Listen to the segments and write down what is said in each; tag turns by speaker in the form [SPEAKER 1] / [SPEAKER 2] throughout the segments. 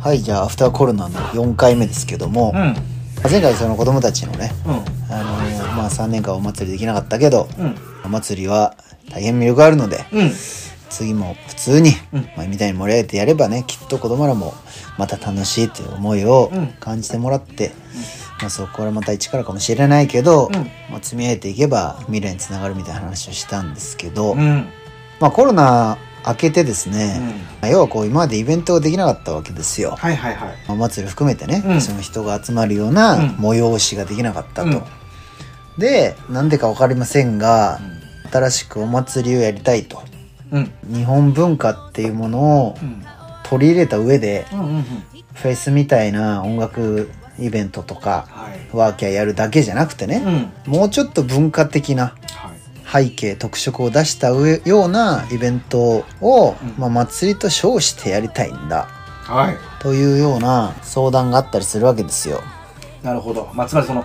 [SPEAKER 1] はいじゃあアフターコロナの4回目ですけども、
[SPEAKER 2] うん
[SPEAKER 1] 前回その子供たちのね、
[SPEAKER 2] うん
[SPEAKER 1] あのーまあ、3年間お祭りできなかったけど、
[SPEAKER 2] うん
[SPEAKER 1] お祭りは大変魅力あるので、
[SPEAKER 2] うん
[SPEAKER 1] 次も普通に、
[SPEAKER 2] うん
[SPEAKER 1] 前みたいに盛り上げてやればねきっと子供らもまた楽しいっていう思いを
[SPEAKER 2] うん
[SPEAKER 1] 感じてもらって、まあ、そこからまた一からかもしれないけど、
[SPEAKER 2] うん
[SPEAKER 1] まあ、積み上げていけば未来につながるみたいな話をしたんですけど、
[SPEAKER 2] うん
[SPEAKER 1] まあ、コロナ明けてですね、
[SPEAKER 2] うん
[SPEAKER 1] まあ要はこう今までイベントができなかったわけですよ。
[SPEAKER 2] はいはいはい
[SPEAKER 1] お祭り含めてね、
[SPEAKER 2] うん
[SPEAKER 1] その人が集まるような
[SPEAKER 2] うん
[SPEAKER 1] 催しができなかったと。
[SPEAKER 2] うん
[SPEAKER 1] でなんでか分かりませんが、新しくお祭りをやりたいと。
[SPEAKER 2] うん
[SPEAKER 1] 日本文化っていうものを
[SPEAKER 2] うん
[SPEAKER 1] 取り入れた上で、
[SPEAKER 2] うんうんうん
[SPEAKER 1] フェスみたいな音楽イベントとか、
[SPEAKER 2] はい
[SPEAKER 1] ワーキャーやるだけじゃなくて
[SPEAKER 2] う
[SPEAKER 1] ね、
[SPEAKER 2] ん
[SPEAKER 1] もうちょっと文化的な
[SPEAKER 2] はい
[SPEAKER 1] 背景、特色を出した上ようなイベントを、
[SPEAKER 2] うん
[SPEAKER 1] まあ、祭りと称してやりたいんだ。
[SPEAKER 2] はい
[SPEAKER 1] というような相談があったりするわけですよ。
[SPEAKER 2] なるほど、まあ、つまりその、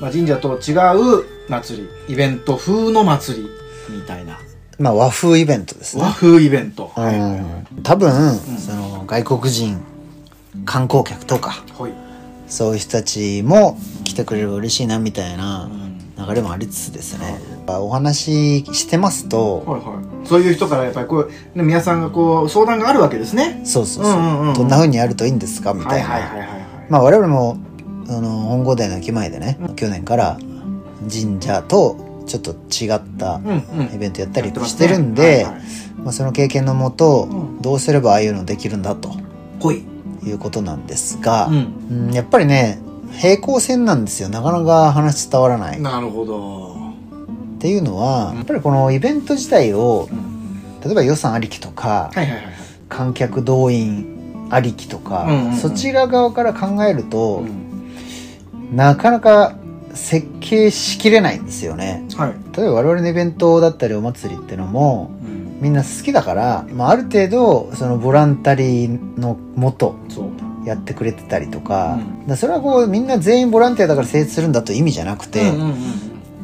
[SPEAKER 2] まあ、神社と違う祭りイベント風の祭りみたいな
[SPEAKER 1] まあ和風イベントです
[SPEAKER 2] 和
[SPEAKER 1] ね。
[SPEAKER 2] 風イベントはい
[SPEAKER 1] うん、多分、
[SPEAKER 2] ん
[SPEAKER 1] その外国人観光客とか
[SPEAKER 2] ほい
[SPEAKER 1] そういう人たちも来てくれれば嬉しいなみたいな
[SPEAKER 2] うん
[SPEAKER 1] 流れもありつつですね、お話ししてますと、
[SPEAKER 2] はいはいそういう人からやっぱりこう、ね、皆さんがこう相談があるわけですね
[SPEAKER 1] そうそうそう,、
[SPEAKER 2] うんうんうん
[SPEAKER 1] どんな風にやるといいんですかみた
[SPEAKER 2] はいい
[SPEAKER 1] な、
[SPEAKER 2] はいはいはいはい
[SPEAKER 1] まあ我々もあの本郷台の駅前でね、去年から神社とちょっと違った
[SPEAKER 2] うんうん
[SPEAKER 1] イベントやったり
[SPEAKER 2] やってます
[SPEAKER 1] し
[SPEAKER 2] ね
[SPEAKER 1] てるんで、
[SPEAKER 2] はいはい
[SPEAKER 1] まあ、その経験のもと、
[SPEAKER 2] うん
[SPEAKER 1] どうすればああいうのできるんだと
[SPEAKER 2] ほい
[SPEAKER 1] いうことなんですが、
[SPEAKER 2] うん
[SPEAKER 1] うんやっぱりね平行線なんですよなかなか話伝わらないっ
[SPEAKER 2] なるほど
[SPEAKER 1] ていうのはやっぱりこのイベント自体を
[SPEAKER 2] うん
[SPEAKER 1] 例えば予算ありきとか、
[SPEAKER 2] はいはいはいはい
[SPEAKER 1] 観客動員ありきとか、
[SPEAKER 2] うんうんうん
[SPEAKER 1] そちら側から考えると、
[SPEAKER 2] うん
[SPEAKER 1] なかなか設計しきれないんですよね
[SPEAKER 2] はい
[SPEAKER 1] 例えば我々のイベントだったりお祭りってのも
[SPEAKER 2] うん
[SPEAKER 1] みんな好きだから、まあ、ある程度そのボランタリーのもと
[SPEAKER 2] そう
[SPEAKER 1] やってくれてたりとか,、
[SPEAKER 2] うん
[SPEAKER 1] だからそれはこうみんな全員ボランティアだから成立するんだという意味じゃなくて、
[SPEAKER 2] うんうん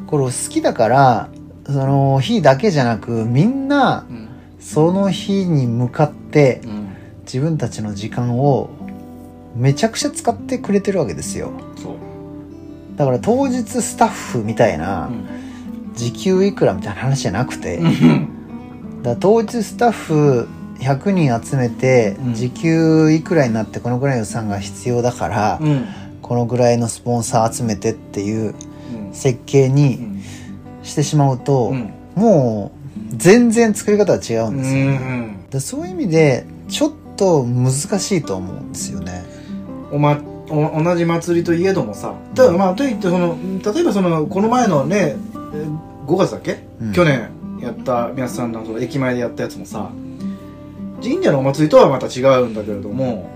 [SPEAKER 1] これ好きだからその日だけじゃなくみんな
[SPEAKER 2] うん
[SPEAKER 1] その日に向かって
[SPEAKER 2] うんうん
[SPEAKER 1] 自分たちの時間をめちゃくちゃ使ってくれてるわけですよ
[SPEAKER 2] そう
[SPEAKER 1] だから当日スタッフみたいな
[SPEAKER 2] うん
[SPEAKER 1] 時給いくらみたいな話じゃなくて、
[SPEAKER 2] う
[SPEAKER 1] だか
[SPEAKER 2] ん
[SPEAKER 1] ら当日スタッフ100人集めて
[SPEAKER 2] うん
[SPEAKER 1] 時給いくらになってこのぐらいの予算が必要だから、
[SPEAKER 2] うん
[SPEAKER 1] このぐらいのスポンサー集めてっていう
[SPEAKER 2] うん
[SPEAKER 1] 設計にしてしまうと、
[SPEAKER 2] うん
[SPEAKER 1] もう全然作り方は違うんですよ、
[SPEAKER 2] うん
[SPEAKER 1] でそういう意味でちょっと難しいと思うんですよね
[SPEAKER 2] おまお同じ祭りといえどもさただまあといってその例えばそのこの前のねえー5月だっけ、
[SPEAKER 1] うん
[SPEAKER 2] 去年やった皆さんのその駅前でやったやつもさ神社のお祭りとはまた違うんだけれども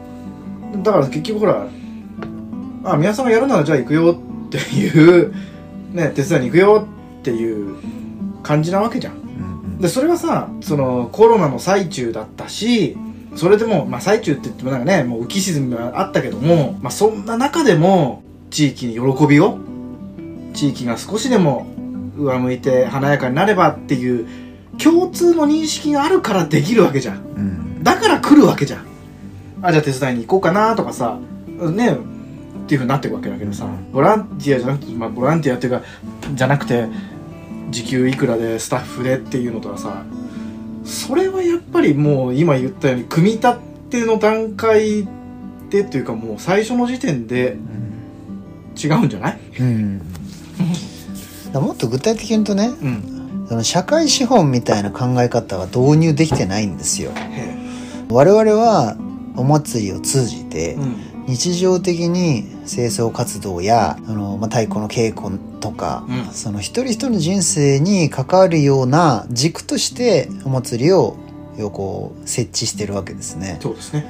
[SPEAKER 2] だから結局ほらあ皆さんがやるならじゃあ行くよっていう、ね、手伝いに行くよっていう感じなわけじゃん
[SPEAKER 1] うん
[SPEAKER 2] でそれはさそのコロナの最中だったしそれでも、まあ、最中って言ってもなんかねもう浮き沈みはあったけども、まあ、そんな中でも地域に喜びを地域が少しでも上向いて華やかになればっていう共通の認識があるからできるわけじゃん
[SPEAKER 1] うん
[SPEAKER 2] だから来るわけじゃんあじゃあ手伝いに行こうかなとかさねっていうふうになっていくわけだけどさボランティアじゃなくて、まあ、ボランティアっていうかじゃなくて時給いくらでスタッフでっていうのとはさそれはやっぱりもう今言ったように組み立ての段階でっていうかもう最初の時点で
[SPEAKER 1] うん
[SPEAKER 2] 違うんじゃない
[SPEAKER 1] うんだからもっと具体的に言うとね
[SPEAKER 2] うん
[SPEAKER 1] その社会資本みたいな考え方が導入できてないんですよ
[SPEAKER 2] へ
[SPEAKER 1] 我々はお祭りを通じて、
[SPEAKER 2] えうん
[SPEAKER 1] 日常的に清掃活動やあの、まあ、太鼓の稽古とか、
[SPEAKER 2] うん
[SPEAKER 1] その一人一人の人生に関わるような軸としてお祭りを要こう設置してるわけですね。
[SPEAKER 2] そうですね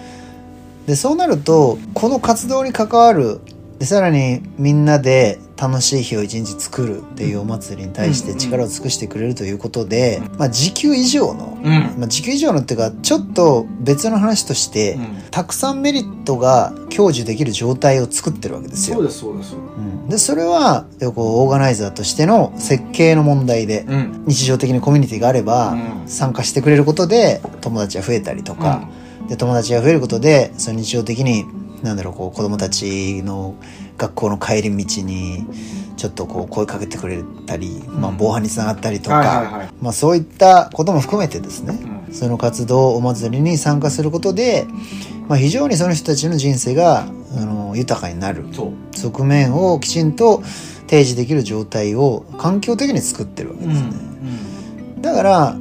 [SPEAKER 1] でそうなるとこの活動に関わるでさらにみんなで楽しい日を一日作るっていうお祭りに対して力を尽くしてくれるということで、まあ、時給以上の、
[SPEAKER 2] うんうん
[SPEAKER 1] まあ、時給以上のっていうかちょっと別の話として、たくさんメリットが享受できる状態を作ってるわけです
[SPEAKER 2] そう
[SPEAKER 1] よ。
[SPEAKER 2] ですそうです
[SPEAKER 1] うんでそれはこうオーガナイザーとしての設計の問題で
[SPEAKER 2] うん
[SPEAKER 1] 日常的にコミュニティがあれば
[SPEAKER 2] うん
[SPEAKER 1] 参加してくれることで友達が増えたりとか、で友達が増えることでその日常的になんだろうこう子供たちの学校の帰り道にちょっとこう声かけてくれたり、まあ、防犯につながったりとか、
[SPEAKER 2] はいはいはい
[SPEAKER 1] まあ、そういったことも含めてですね
[SPEAKER 2] うん
[SPEAKER 1] その活動お祭りに参加することで、まあ、非常にその人たちの人生があの豊かになる
[SPEAKER 2] そう
[SPEAKER 1] 側面をきちんと提示できる状態を環境的に作ってるわけ
[SPEAKER 2] う
[SPEAKER 1] で
[SPEAKER 2] ん
[SPEAKER 1] すね。だから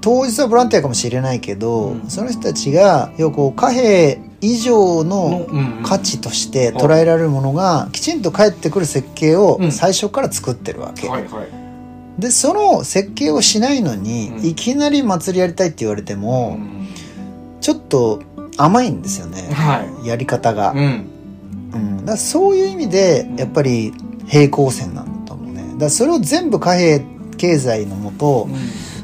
[SPEAKER 1] 当日はボランティアかもしれないけど、
[SPEAKER 2] うん
[SPEAKER 1] その人たちが要はこう貨幣以上
[SPEAKER 2] の
[SPEAKER 1] の
[SPEAKER 2] うん
[SPEAKER 1] 価値として捉えられるものがきちんと返ってくる設計を
[SPEAKER 2] うん
[SPEAKER 1] 最初から作ってるわけ、
[SPEAKER 2] はいはい
[SPEAKER 1] でその設計をしないのに、
[SPEAKER 2] うん
[SPEAKER 1] いきなり祭りやりたいって言われて
[SPEAKER 2] う
[SPEAKER 1] も、
[SPEAKER 2] ん
[SPEAKER 1] ちょっと甘いんですよね、
[SPEAKER 2] は
[SPEAKER 1] やり方が、
[SPEAKER 2] いうん
[SPEAKER 1] うん、だからそういう意味で
[SPEAKER 2] うん
[SPEAKER 1] やっぱり平行線なんだと思うねだからそれを全部貨幣経済のもと、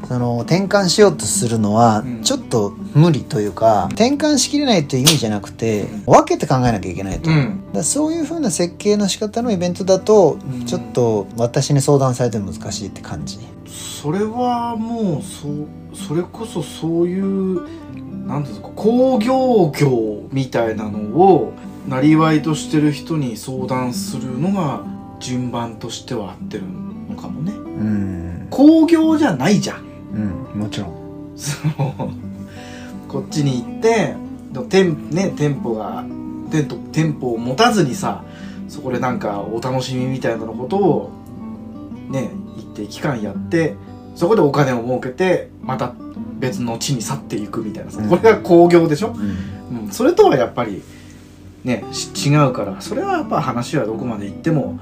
[SPEAKER 1] その転換しようとするのは
[SPEAKER 2] うん
[SPEAKER 1] ちょっと無理というか、転換しきれないという意味じゃなくて
[SPEAKER 2] うん
[SPEAKER 1] 分けて考えなきゃいけないと、
[SPEAKER 2] う
[SPEAKER 1] だか
[SPEAKER 2] ん
[SPEAKER 1] らそういう風な設計の仕方のイベントだと
[SPEAKER 2] うん
[SPEAKER 1] ちょっと私に相談されても難しいって感じ、
[SPEAKER 2] それはもうそうそれこそそういうなんていうんですか工業業みたいなのをなりわいとしてる人に相談するのが順番としては合ってるのかもね
[SPEAKER 1] うん、
[SPEAKER 2] 工業じゃないじゃん
[SPEAKER 1] うん、もちろん
[SPEAKER 2] その こっちに行ってでも店,、ね、店舗が店舗店舗を持たずにさそこでなんかお楽しみみたいなことをね一定期間やってそこでお金を儲けてまた別の地に去っていくみたいなさ
[SPEAKER 1] うん
[SPEAKER 2] これが興行でしょ、
[SPEAKER 1] うん
[SPEAKER 2] うん、それとはやっぱりねし違うからそれはやっぱ話はどこまで行っても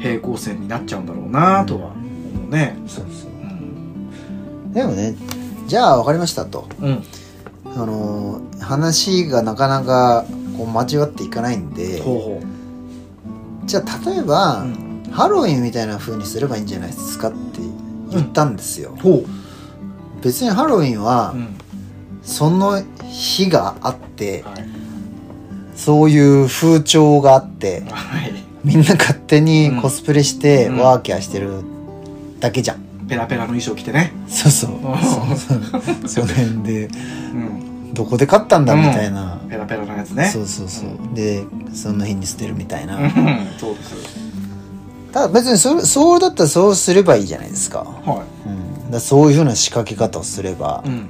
[SPEAKER 2] 平行線になっちゃうんだろうなとは思うね。
[SPEAKER 1] そうそう
[SPEAKER 2] うん
[SPEAKER 1] でもねじゃあ分かりましたと
[SPEAKER 2] うん
[SPEAKER 1] あのー話がなかなかこう交わっていかないんで
[SPEAKER 2] ほうほ
[SPEAKER 1] じゃあ例えば、
[SPEAKER 2] ううん
[SPEAKER 1] ハロウィンみたいな風にすればいいんじゃないですかって言ったんですよ、
[SPEAKER 2] ほう
[SPEAKER 1] 別にハロウィンは
[SPEAKER 2] うん
[SPEAKER 1] その日があって
[SPEAKER 2] はい
[SPEAKER 1] そういう風潮があって
[SPEAKER 2] はい
[SPEAKER 1] みんな勝手にコスプレして
[SPEAKER 2] うん
[SPEAKER 1] ワーキャーしてるだけじゃん、
[SPEAKER 2] ペラペラの衣装着てね、
[SPEAKER 1] そうそう
[SPEAKER 2] あ
[SPEAKER 1] そうそうその辺で
[SPEAKER 2] うん、
[SPEAKER 1] どこで勝ったんだみたいな、
[SPEAKER 2] ペラペラのやつね
[SPEAKER 1] そうそうそうでその日に捨てるみたいな、
[SPEAKER 2] うんそうです
[SPEAKER 1] ただ別にそれそうだったらそうすればいいじゃないですか,、
[SPEAKER 2] は
[SPEAKER 1] うん、だからそういうふうな仕掛け方をすれば
[SPEAKER 2] い、う、ん、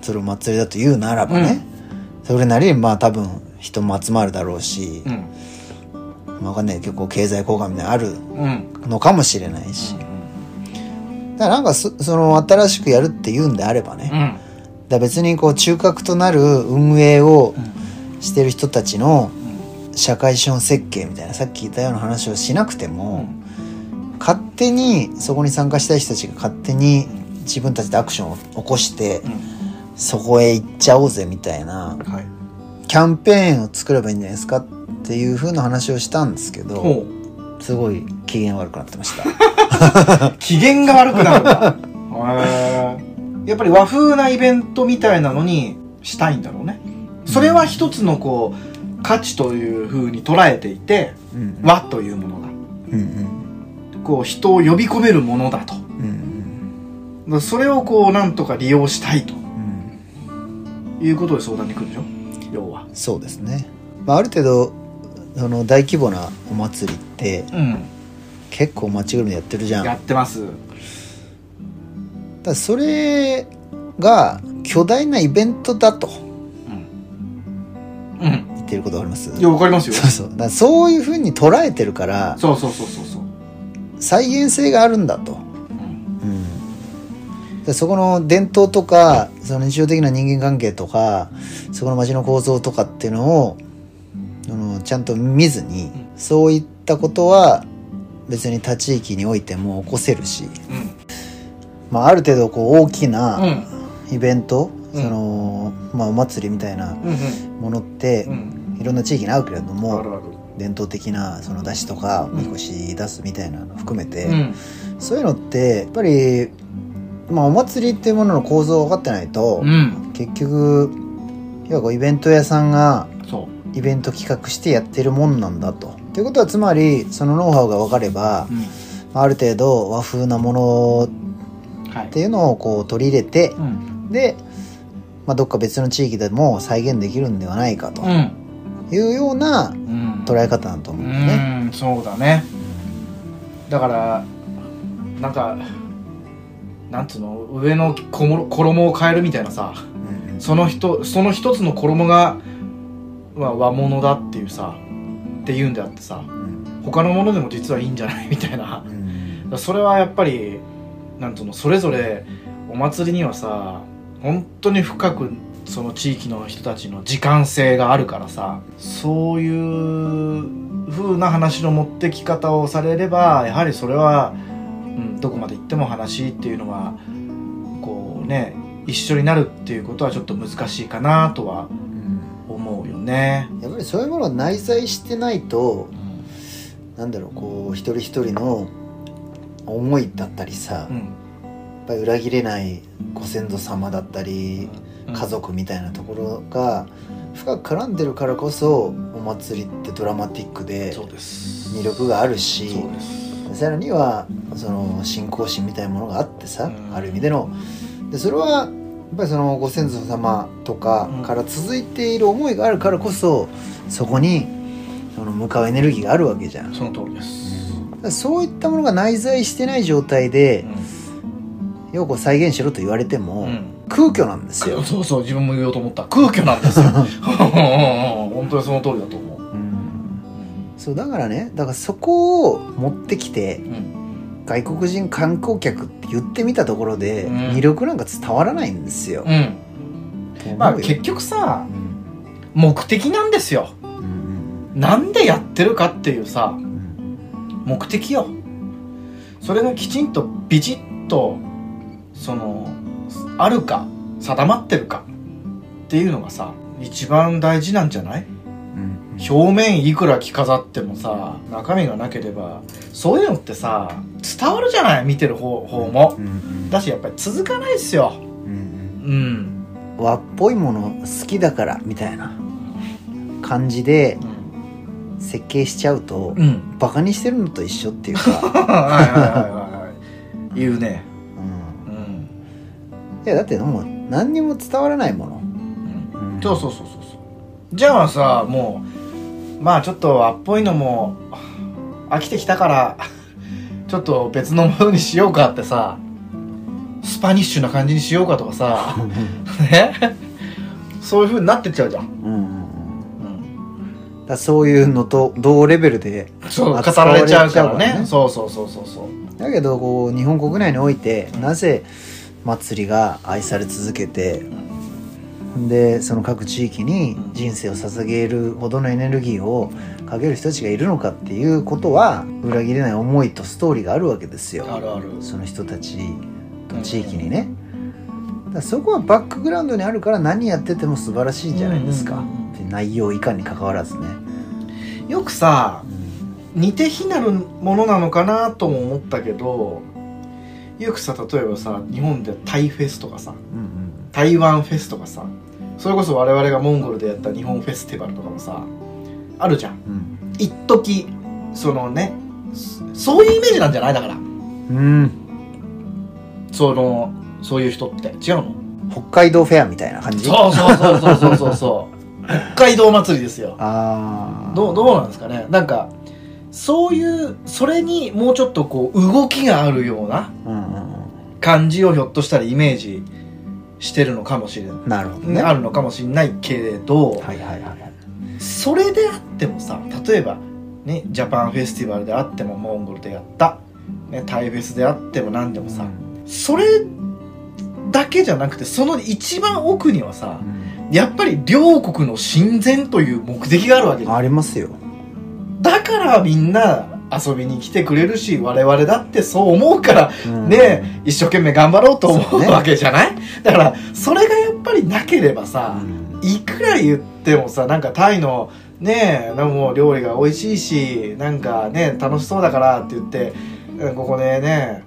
[SPEAKER 1] それを祭りだと言うならばね、それなりにまあ多分人も集まるだろうし、
[SPEAKER 2] うん
[SPEAKER 1] まあわかんない結構経済効果みたいなのある
[SPEAKER 2] うんうん
[SPEAKER 1] のかもしれないし、だからなんかそその新しくやるっていうんであればね、だから別にこう中核となる運営をしてる人たちの社会資本設計みたいなさっき言ったような話をしなくても、勝手にそこに参加したい人たちが勝手に自分たちでアクションを起こして、そこへ行っちゃおうぜみたいな
[SPEAKER 2] はい
[SPEAKER 1] キャンペーンを作ればいいんじゃないですかっていう風な話をしたんですけど、
[SPEAKER 2] ほう
[SPEAKER 1] すごい機嫌悪くなってました。
[SPEAKER 2] 機嫌が悪くなるんだへえやっぱり和風なイベントみたいなのにしたいんだろうねそれは一つのこう価値というふうに捉えていて
[SPEAKER 1] うん
[SPEAKER 2] 和というものが
[SPEAKER 1] うん
[SPEAKER 2] こう人を呼び込めるものだと
[SPEAKER 1] うんうん
[SPEAKER 2] それをこうなんとか利用したいと
[SPEAKER 1] うん
[SPEAKER 2] いうことで相談に来るでしょ要は
[SPEAKER 1] そうですね、まあ、ある程度その大規模なお祭りって
[SPEAKER 2] うん
[SPEAKER 1] 結構街ぐるみでやってるじゃん
[SPEAKER 2] や
[SPEAKER 1] だか
[SPEAKER 2] ってます
[SPEAKER 1] らそれが巨大なイベントだと
[SPEAKER 2] うんうん
[SPEAKER 1] 言ってることわかります
[SPEAKER 2] いやわかりますよ
[SPEAKER 1] そうそうだからそういうふうに捉えてるから
[SPEAKER 2] そうそうそうそうそう
[SPEAKER 1] 再現性があるんだと
[SPEAKER 2] うん
[SPEAKER 1] うんで、そこの伝統とかその日常的な人間関係とかそこの街の構造とかっていうのをあのちゃんと見ずにそういったことは別に他地域においても起こせるし、まあ、ある程度こう大き
[SPEAKER 2] うんう
[SPEAKER 1] なんイベント、
[SPEAKER 2] うん
[SPEAKER 1] そのまあ、お祭りみたいな
[SPEAKER 2] うん
[SPEAKER 1] ものって
[SPEAKER 2] うんうん
[SPEAKER 1] いろんな地域に合うけれど
[SPEAKER 2] あ
[SPEAKER 1] も
[SPEAKER 2] るある
[SPEAKER 1] 伝統的なその出汁とか
[SPEAKER 2] うん
[SPEAKER 1] みこし出すみたいなの含めて。
[SPEAKER 2] うん
[SPEAKER 1] そういうのってやっぱり、まあ、お祭りっていうものの構造を分かってないと、
[SPEAKER 2] うん
[SPEAKER 1] 結局要はこうイベント屋さんが
[SPEAKER 2] そ
[SPEAKER 1] イベント企画してやってるもんなんだと。ということはつまりそのノウハウが分かれば
[SPEAKER 2] う、う
[SPEAKER 1] まあある程度和風なもの
[SPEAKER 2] んはい
[SPEAKER 1] っていうのをこう取り入れて
[SPEAKER 2] うん
[SPEAKER 1] でまあ、どっか別の地域でも再現できるんではないかと
[SPEAKER 2] うん
[SPEAKER 1] いうような
[SPEAKER 2] うん
[SPEAKER 1] 捉え方だと思うんだよね。
[SPEAKER 2] うんそうだねだからなんかなんつうの上のこも衣を変えるみたいなさ
[SPEAKER 1] うん
[SPEAKER 2] その人その一つの衣が、まあ、和物だっていうさっていうんであってさ
[SPEAKER 1] うん
[SPEAKER 2] 他のものでも実はいいんじゃないみ たいな
[SPEAKER 1] うんうん
[SPEAKER 2] それはやっぱりなんつうのそれぞれお祭りにはさ本当に深くその地域の人たちの時間性があるからさそういう風な話の持ってき方をされればやはりそれは、うん、どこまで行っても話っていうのはこうね一緒になるっていうことはちょっと難しいかなとは思うよね。
[SPEAKER 1] やっぱりそういうものを内在してないと
[SPEAKER 2] う
[SPEAKER 1] なんだろうこう一人一人の思いだったりさ、や
[SPEAKER 2] ん
[SPEAKER 1] っぱり裏切れないご先祖様だったり家族みたいなところが深く絡んでるからこそお祭りってドラマティックで
[SPEAKER 2] そうです
[SPEAKER 1] 魅力があるし
[SPEAKER 2] そうです
[SPEAKER 1] さらにはその信仰心みたいなものがあってさ、
[SPEAKER 2] うん
[SPEAKER 1] ある意味でのでそれはやっぱりそのご先祖様とか
[SPEAKER 2] うん
[SPEAKER 1] から続いている思いがあるからこそそこにその向かうエネルギーがあるわけじゃんだ
[SPEAKER 2] その通りです。
[SPEAKER 1] からそういったものが内在してない状態でよく再現しろと言われても、
[SPEAKER 2] うん
[SPEAKER 1] 空虚なんですよ、
[SPEAKER 2] そうそう自分も言おうと思った空虚なん ですよ本当にその通りだと思う、
[SPEAKER 1] うんそうだからねだからそこを持ってきて
[SPEAKER 2] うん
[SPEAKER 1] 外国人観光客って言ってみたところで
[SPEAKER 2] うん
[SPEAKER 1] 魅力なんか伝わらないんですよ、と
[SPEAKER 2] まあ
[SPEAKER 1] 思うよ
[SPEAKER 2] 結局さ
[SPEAKER 1] うん
[SPEAKER 2] 目的なんですよ
[SPEAKER 1] うん
[SPEAKER 2] なんでやってるかっていうさ
[SPEAKER 1] うん
[SPEAKER 2] 目的よそれがきちんとビチッとそのあるか定まってるかっていうのがさ一番大事なんじゃない
[SPEAKER 1] うん
[SPEAKER 2] 表面いくら着飾ってもさ中身がなければそういうのってさ伝わるじゃない見てる方方も
[SPEAKER 1] うんうん
[SPEAKER 2] だしやっぱり続かないっすよ
[SPEAKER 1] うん
[SPEAKER 2] うん、
[SPEAKER 1] うん和っぽいもの好きだからみたいな感じで
[SPEAKER 2] うん、
[SPEAKER 1] 設計しちゃうと
[SPEAKER 2] うん
[SPEAKER 1] バカにしてるのと一緒っていうか、
[SPEAKER 2] はいはいはいはいはい言うね
[SPEAKER 1] うん
[SPEAKER 2] うん、
[SPEAKER 1] いやだってもう何にも伝わらないもの、
[SPEAKER 2] うん、
[SPEAKER 1] うん
[SPEAKER 2] そうそうそうそうそうじゃあさもうまあちょっとあっぽいのも飽きてきたからちょっと別のものにしようかってさスパニッシュな感じにしようかとかさねそういう風になってっちゃうじゃん、
[SPEAKER 1] うんうんうんだ
[SPEAKER 2] うん、
[SPEAKER 1] からそういうのと同レベルで
[SPEAKER 2] そう語
[SPEAKER 1] 扱
[SPEAKER 2] ら
[SPEAKER 1] われ
[SPEAKER 2] れちゃうか
[SPEAKER 1] ちゃ
[SPEAKER 2] ら
[SPEAKER 1] うから
[SPEAKER 2] ね
[SPEAKER 1] ね
[SPEAKER 2] そうそうそうそうそう
[SPEAKER 1] だけどこう日本国内において
[SPEAKER 2] うん
[SPEAKER 1] なぜ祭りが愛され続けてでその各地域に人生を捧げるほどのエネルギーをかける人たちがいるのかっていうことは裏切れない思いとストーリーがあるわけです
[SPEAKER 2] あ
[SPEAKER 1] よ
[SPEAKER 2] るある
[SPEAKER 1] その人たちと地域にねだからそこはバックグラウンドにあるから何やってても素晴らしいじゃないです
[SPEAKER 2] う
[SPEAKER 1] か
[SPEAKER 2] んうんうん
[SPEAKER 1] で内容以下に関わらずね
[SPEAKER 2] よくさ
[SPEAKER 1] うん
[SPEAKER 2] 似て非なるものなのかなとも思ったけどよくさ例えばさ日本でタイフェスとかさ
[SPEAKER 1] うん
[SPEAKER 2] 台湾フェスとかさそれこそ我々がモンゴルでやった日本フェスティバルとかもさあるじゃん
[SPEAKER 1] うん
[SPEAKER 2] 一時そのねそそういうイメージなんじゃないだから
[SPEAKER 1] うんうん
[SPEAKER 2] そのそういう人って違うの
[SPEAKER 1] 北海道フェアみたいな感じ
[SPEAKER 2] そうそうそうそうそうそうそう北海道祭りですよ
[SPEAKER 1] ああ
[SPEAKER 2] どうどうなんですかねなんかそういうそれにもうちょっとこう動きがあるような
[SPEAKER 1] うんうん
[SPEAKER 2] 感じをひょっとしたらイメージしてるのかもしれな
[SPEAKER 1] うんなるほど
[SPEAKER 2] い、
[SPEAKER 1] ね
[SPEAKER 2] あるのかもしれないけれど、
[SPEAKER 1] はいはいはいはい
[SPEAKER 2] それであってもさ例えば、ね、ジャパンフェスティバルであってもモンゴルでやった、ね、タイフェスであっても何でもさ、それだけじゃなくてその一番奥にはさ
[SPEAKER 1] うん
[SPEAKER 2] やっぱり両国の親善という目的があるわけじゃん
[SPEAKER 1] ありますよ
[SPEAKER 2] だからみんな遊びに来てくれるし我々だってそう思うから
[SPEAKER 1] うん
[SPEAKER 2] ね一生懸命頑張ろうと
[SPEAKER 1] そ
[SPEAKER 2] 思
[SPEAKER 1] う
[SPEAKER 2] う
[SPEAKER 1] ね
[SPEAKER 2] わけじゃない、だからそれがやっぱりなければ
[SPEAKER 1] う
[SPEAKER 2] さ、
[SPEAKER 1] ん
[SPEAKER 2] いくら言ってもさなんかタイのねなんかもう料理が美味しいしなんかね楽しそうだからって言ってうんここでね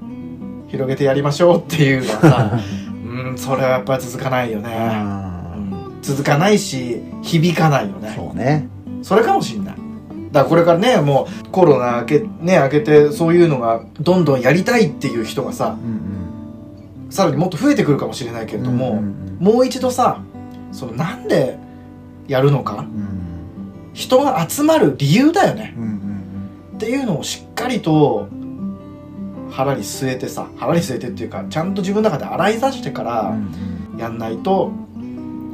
[SPEAKER 2] 広げてやりましょうっていうのは さうんそれはやっぱり続かないよね、うん続かないし響かないよね
[SPEAKER 1] そうね
[SPEAKER 2] それかもしんないだからこれからねもうコロナ明け,、ね、明けてそういうのがどんどんやりたいっていう人がさ
[SPEAKER 1] うん
[SPEAKER 2] さらにもっと増えてくるかもしれない
[SPEAKER 1] う
[SPEAKER 2] けれ
[SPEAKER 1] ん
[SPEAKER 2] ども、
[SPEAKER 1] うんうん
[SPEAKER 2] もう一度さそのなんでやるのか
[SPEAKER 1] うん
[SPEAKER 2] 人が集まる理由だよね
[SPEAKER 1] うんうん
[SPEAKER 2] っていうのをしっかりと腹に据えてさ腹に据えてっていうかちゃんと自分の中で洗い出してか
[SPEAKER 1] うんう
[SPEAKER 2] ら
[SPEAKER 1] ん
[SPEAKER 2] やんないと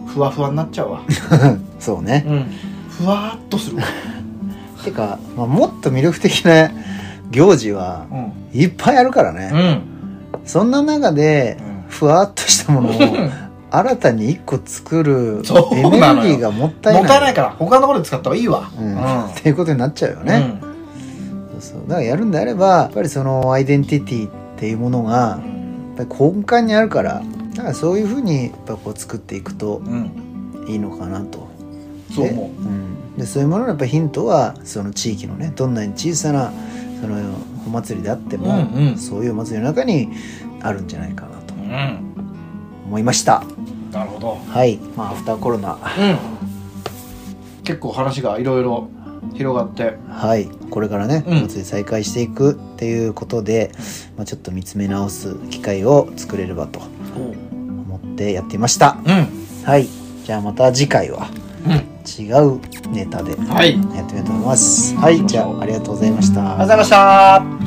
[SPEAKER 2] ふわふわになっちゃうわ、
[SPEAKER 1] そうね
[SPEAKER 2] うん、ふわーっとするわ、
[SPEAKER 1] てか、まあ、もっと魅力的な行事は
[SPEAKER 2] うん
[SPEAKER 1] いっぱいあるからね、
[SPEAKER 2] ん
[SPEAKER 1] そんな中で
[SPEAKER 2] うん
[SPEAKER 1] ふわっとしたものを 新たに一個作る
[SPEAKER 2] そう
[SPEAKER 1] エネ
[SPEAKER 2] な
[SPEAKER 1] ルギ
[SPEAKER 2] のよ
[SPEAKER 1] ーがもったいない
[SPEAKER 2] もったいないから他のことで使った方がいいわ、
[SPEAKER 1] うんっていうことになっちゃうよ
[SPEAKER 2] う
[SPEAKER 1] ね、そうそうだからやるんであればやっぱりそのアイデンティティっていうものが
[SPEAKER 2] ん
[SPEAKER 1] やっぱり根幹にあるからだからそういうふうにやっぱこう作っていくと
[SPEAKER 2] うん
[SPEAKER 1] いいのかなと、
[SPEAKER 2] そう思う
[SPEAKER 1] うん、でそういうもののやっぱヒントはその地域のねどんなに小さなそのお祭りであっても、
[SPEAKER 2] うんうん
[SPEAKER 1] そういうお祭りの中にあるんじゃないかなと
[SPEAKER 2] うん
[SPEAKER 1] 思いました
[SPEAKER 2] なるほど
[SPEAKER 1] はいまあアフターコロナ
[SPEAKER 2] うん結構話がいろいろ広がって
[SPEAKER 1] はいこれからね、
[SPEAKER 2] うん
[SPEAKER 1] お祭り再開していくっていうことで、まあ、ちょっと見つめ直す機会を作れればと
[SPEAKER 2] うん
[SPEAKER 1] 思ってやっていました
[SPEAKER 2] うん
[SPEAKER 1] はいじゃあまた次回は違うネタで
[SPEAKER 2] はいありがとう
[SPEAKER 1] やってみようと思います。はい、じゃあありがとうございました。
[SPEAKER 2] ございました